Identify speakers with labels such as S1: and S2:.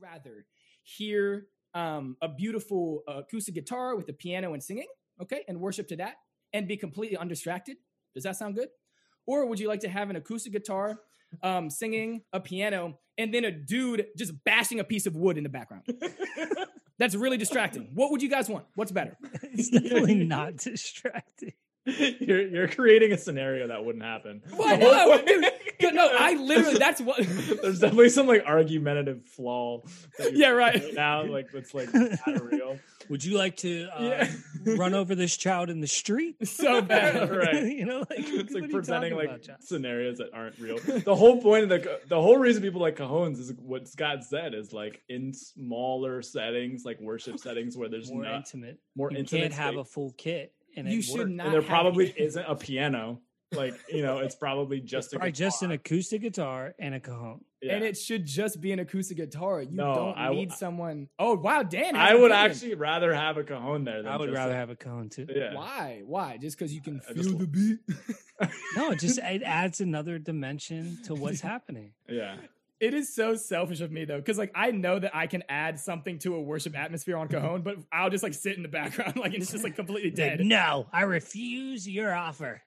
S1: rather hear um, a beautiful acoustic guitar with the piano and singing, okay, and worship to that and be completely undistracted? Does that sound good? Or would you like to have an acoustic guitar, um, singing, a piano, and then a dude just bashing a piece of wood in the background? That's really distracting. What would you guys want? What's better?
S2: It's definitely not distracting.
S3: you're you're creating a scenario that wouldn't happen.
S1: What? No, dude, no, no, I literally, that's what.
S3: There's definitely some like argumentative flaw. that
S1: Yeah,
S3: you're
S1: right.
S3: doing Now, like that's like not real. Um,
S2: Would you like to uh,
S3: Yeah.
S2: run over this child in the street?
S1: So bad.
S3: Right.
S2: you know, like,
S3: It's
S2: what are
S3: like
S2: you
S3: presenting
S2: talking
S3: like
S2: about, John?
S3: scenarios that aren't real. The whole point of the the whole reason people like cajones is what Scott said is like in smaller settings, like worship settings where there's
S2: more
S3: not
S2: intimate.
S3: more
S2: you
S3: intimate
S2: can't have
S3: space.
S2: a full kit, and
S1: You
S2: it
S1: should
S2: work.
S1: not.
S3: and there
S1: have
S3: probably
S1: any-
S3: isn't a piano. Like you know, it's probably just a
S2: Probably just an
S3: guitar.
S2: acoustic guitar and a cajon.
S3: Yeah.
S1: And it should just be an acoustic guitar. You
S3: No,
S1: don't
S3: I w-
S1: need someone. Oh wow, Dan. has
S3: I
S1: an
S3: would
S1: opinion.
S3: actually rather have a cajon there. Than
S2: I would
S3: just
S2: rather
S3: a-
S2: have a cajon too.
S3: Yeah.
S1: Why? Why? Just because you can
S3: I
S1: feel
S3: just-
S1: the beat.
S2: No, it just it adds another dimension to what's happening.
S3: Yeah.
S1: It is so selfish of me though, because like I know that I can add something to a worship atmosphere on Cajon, but I'll just like sit in the background, like and it's just like completely
S2: Like,
S1: dead.
S2: no, I refuse your offer.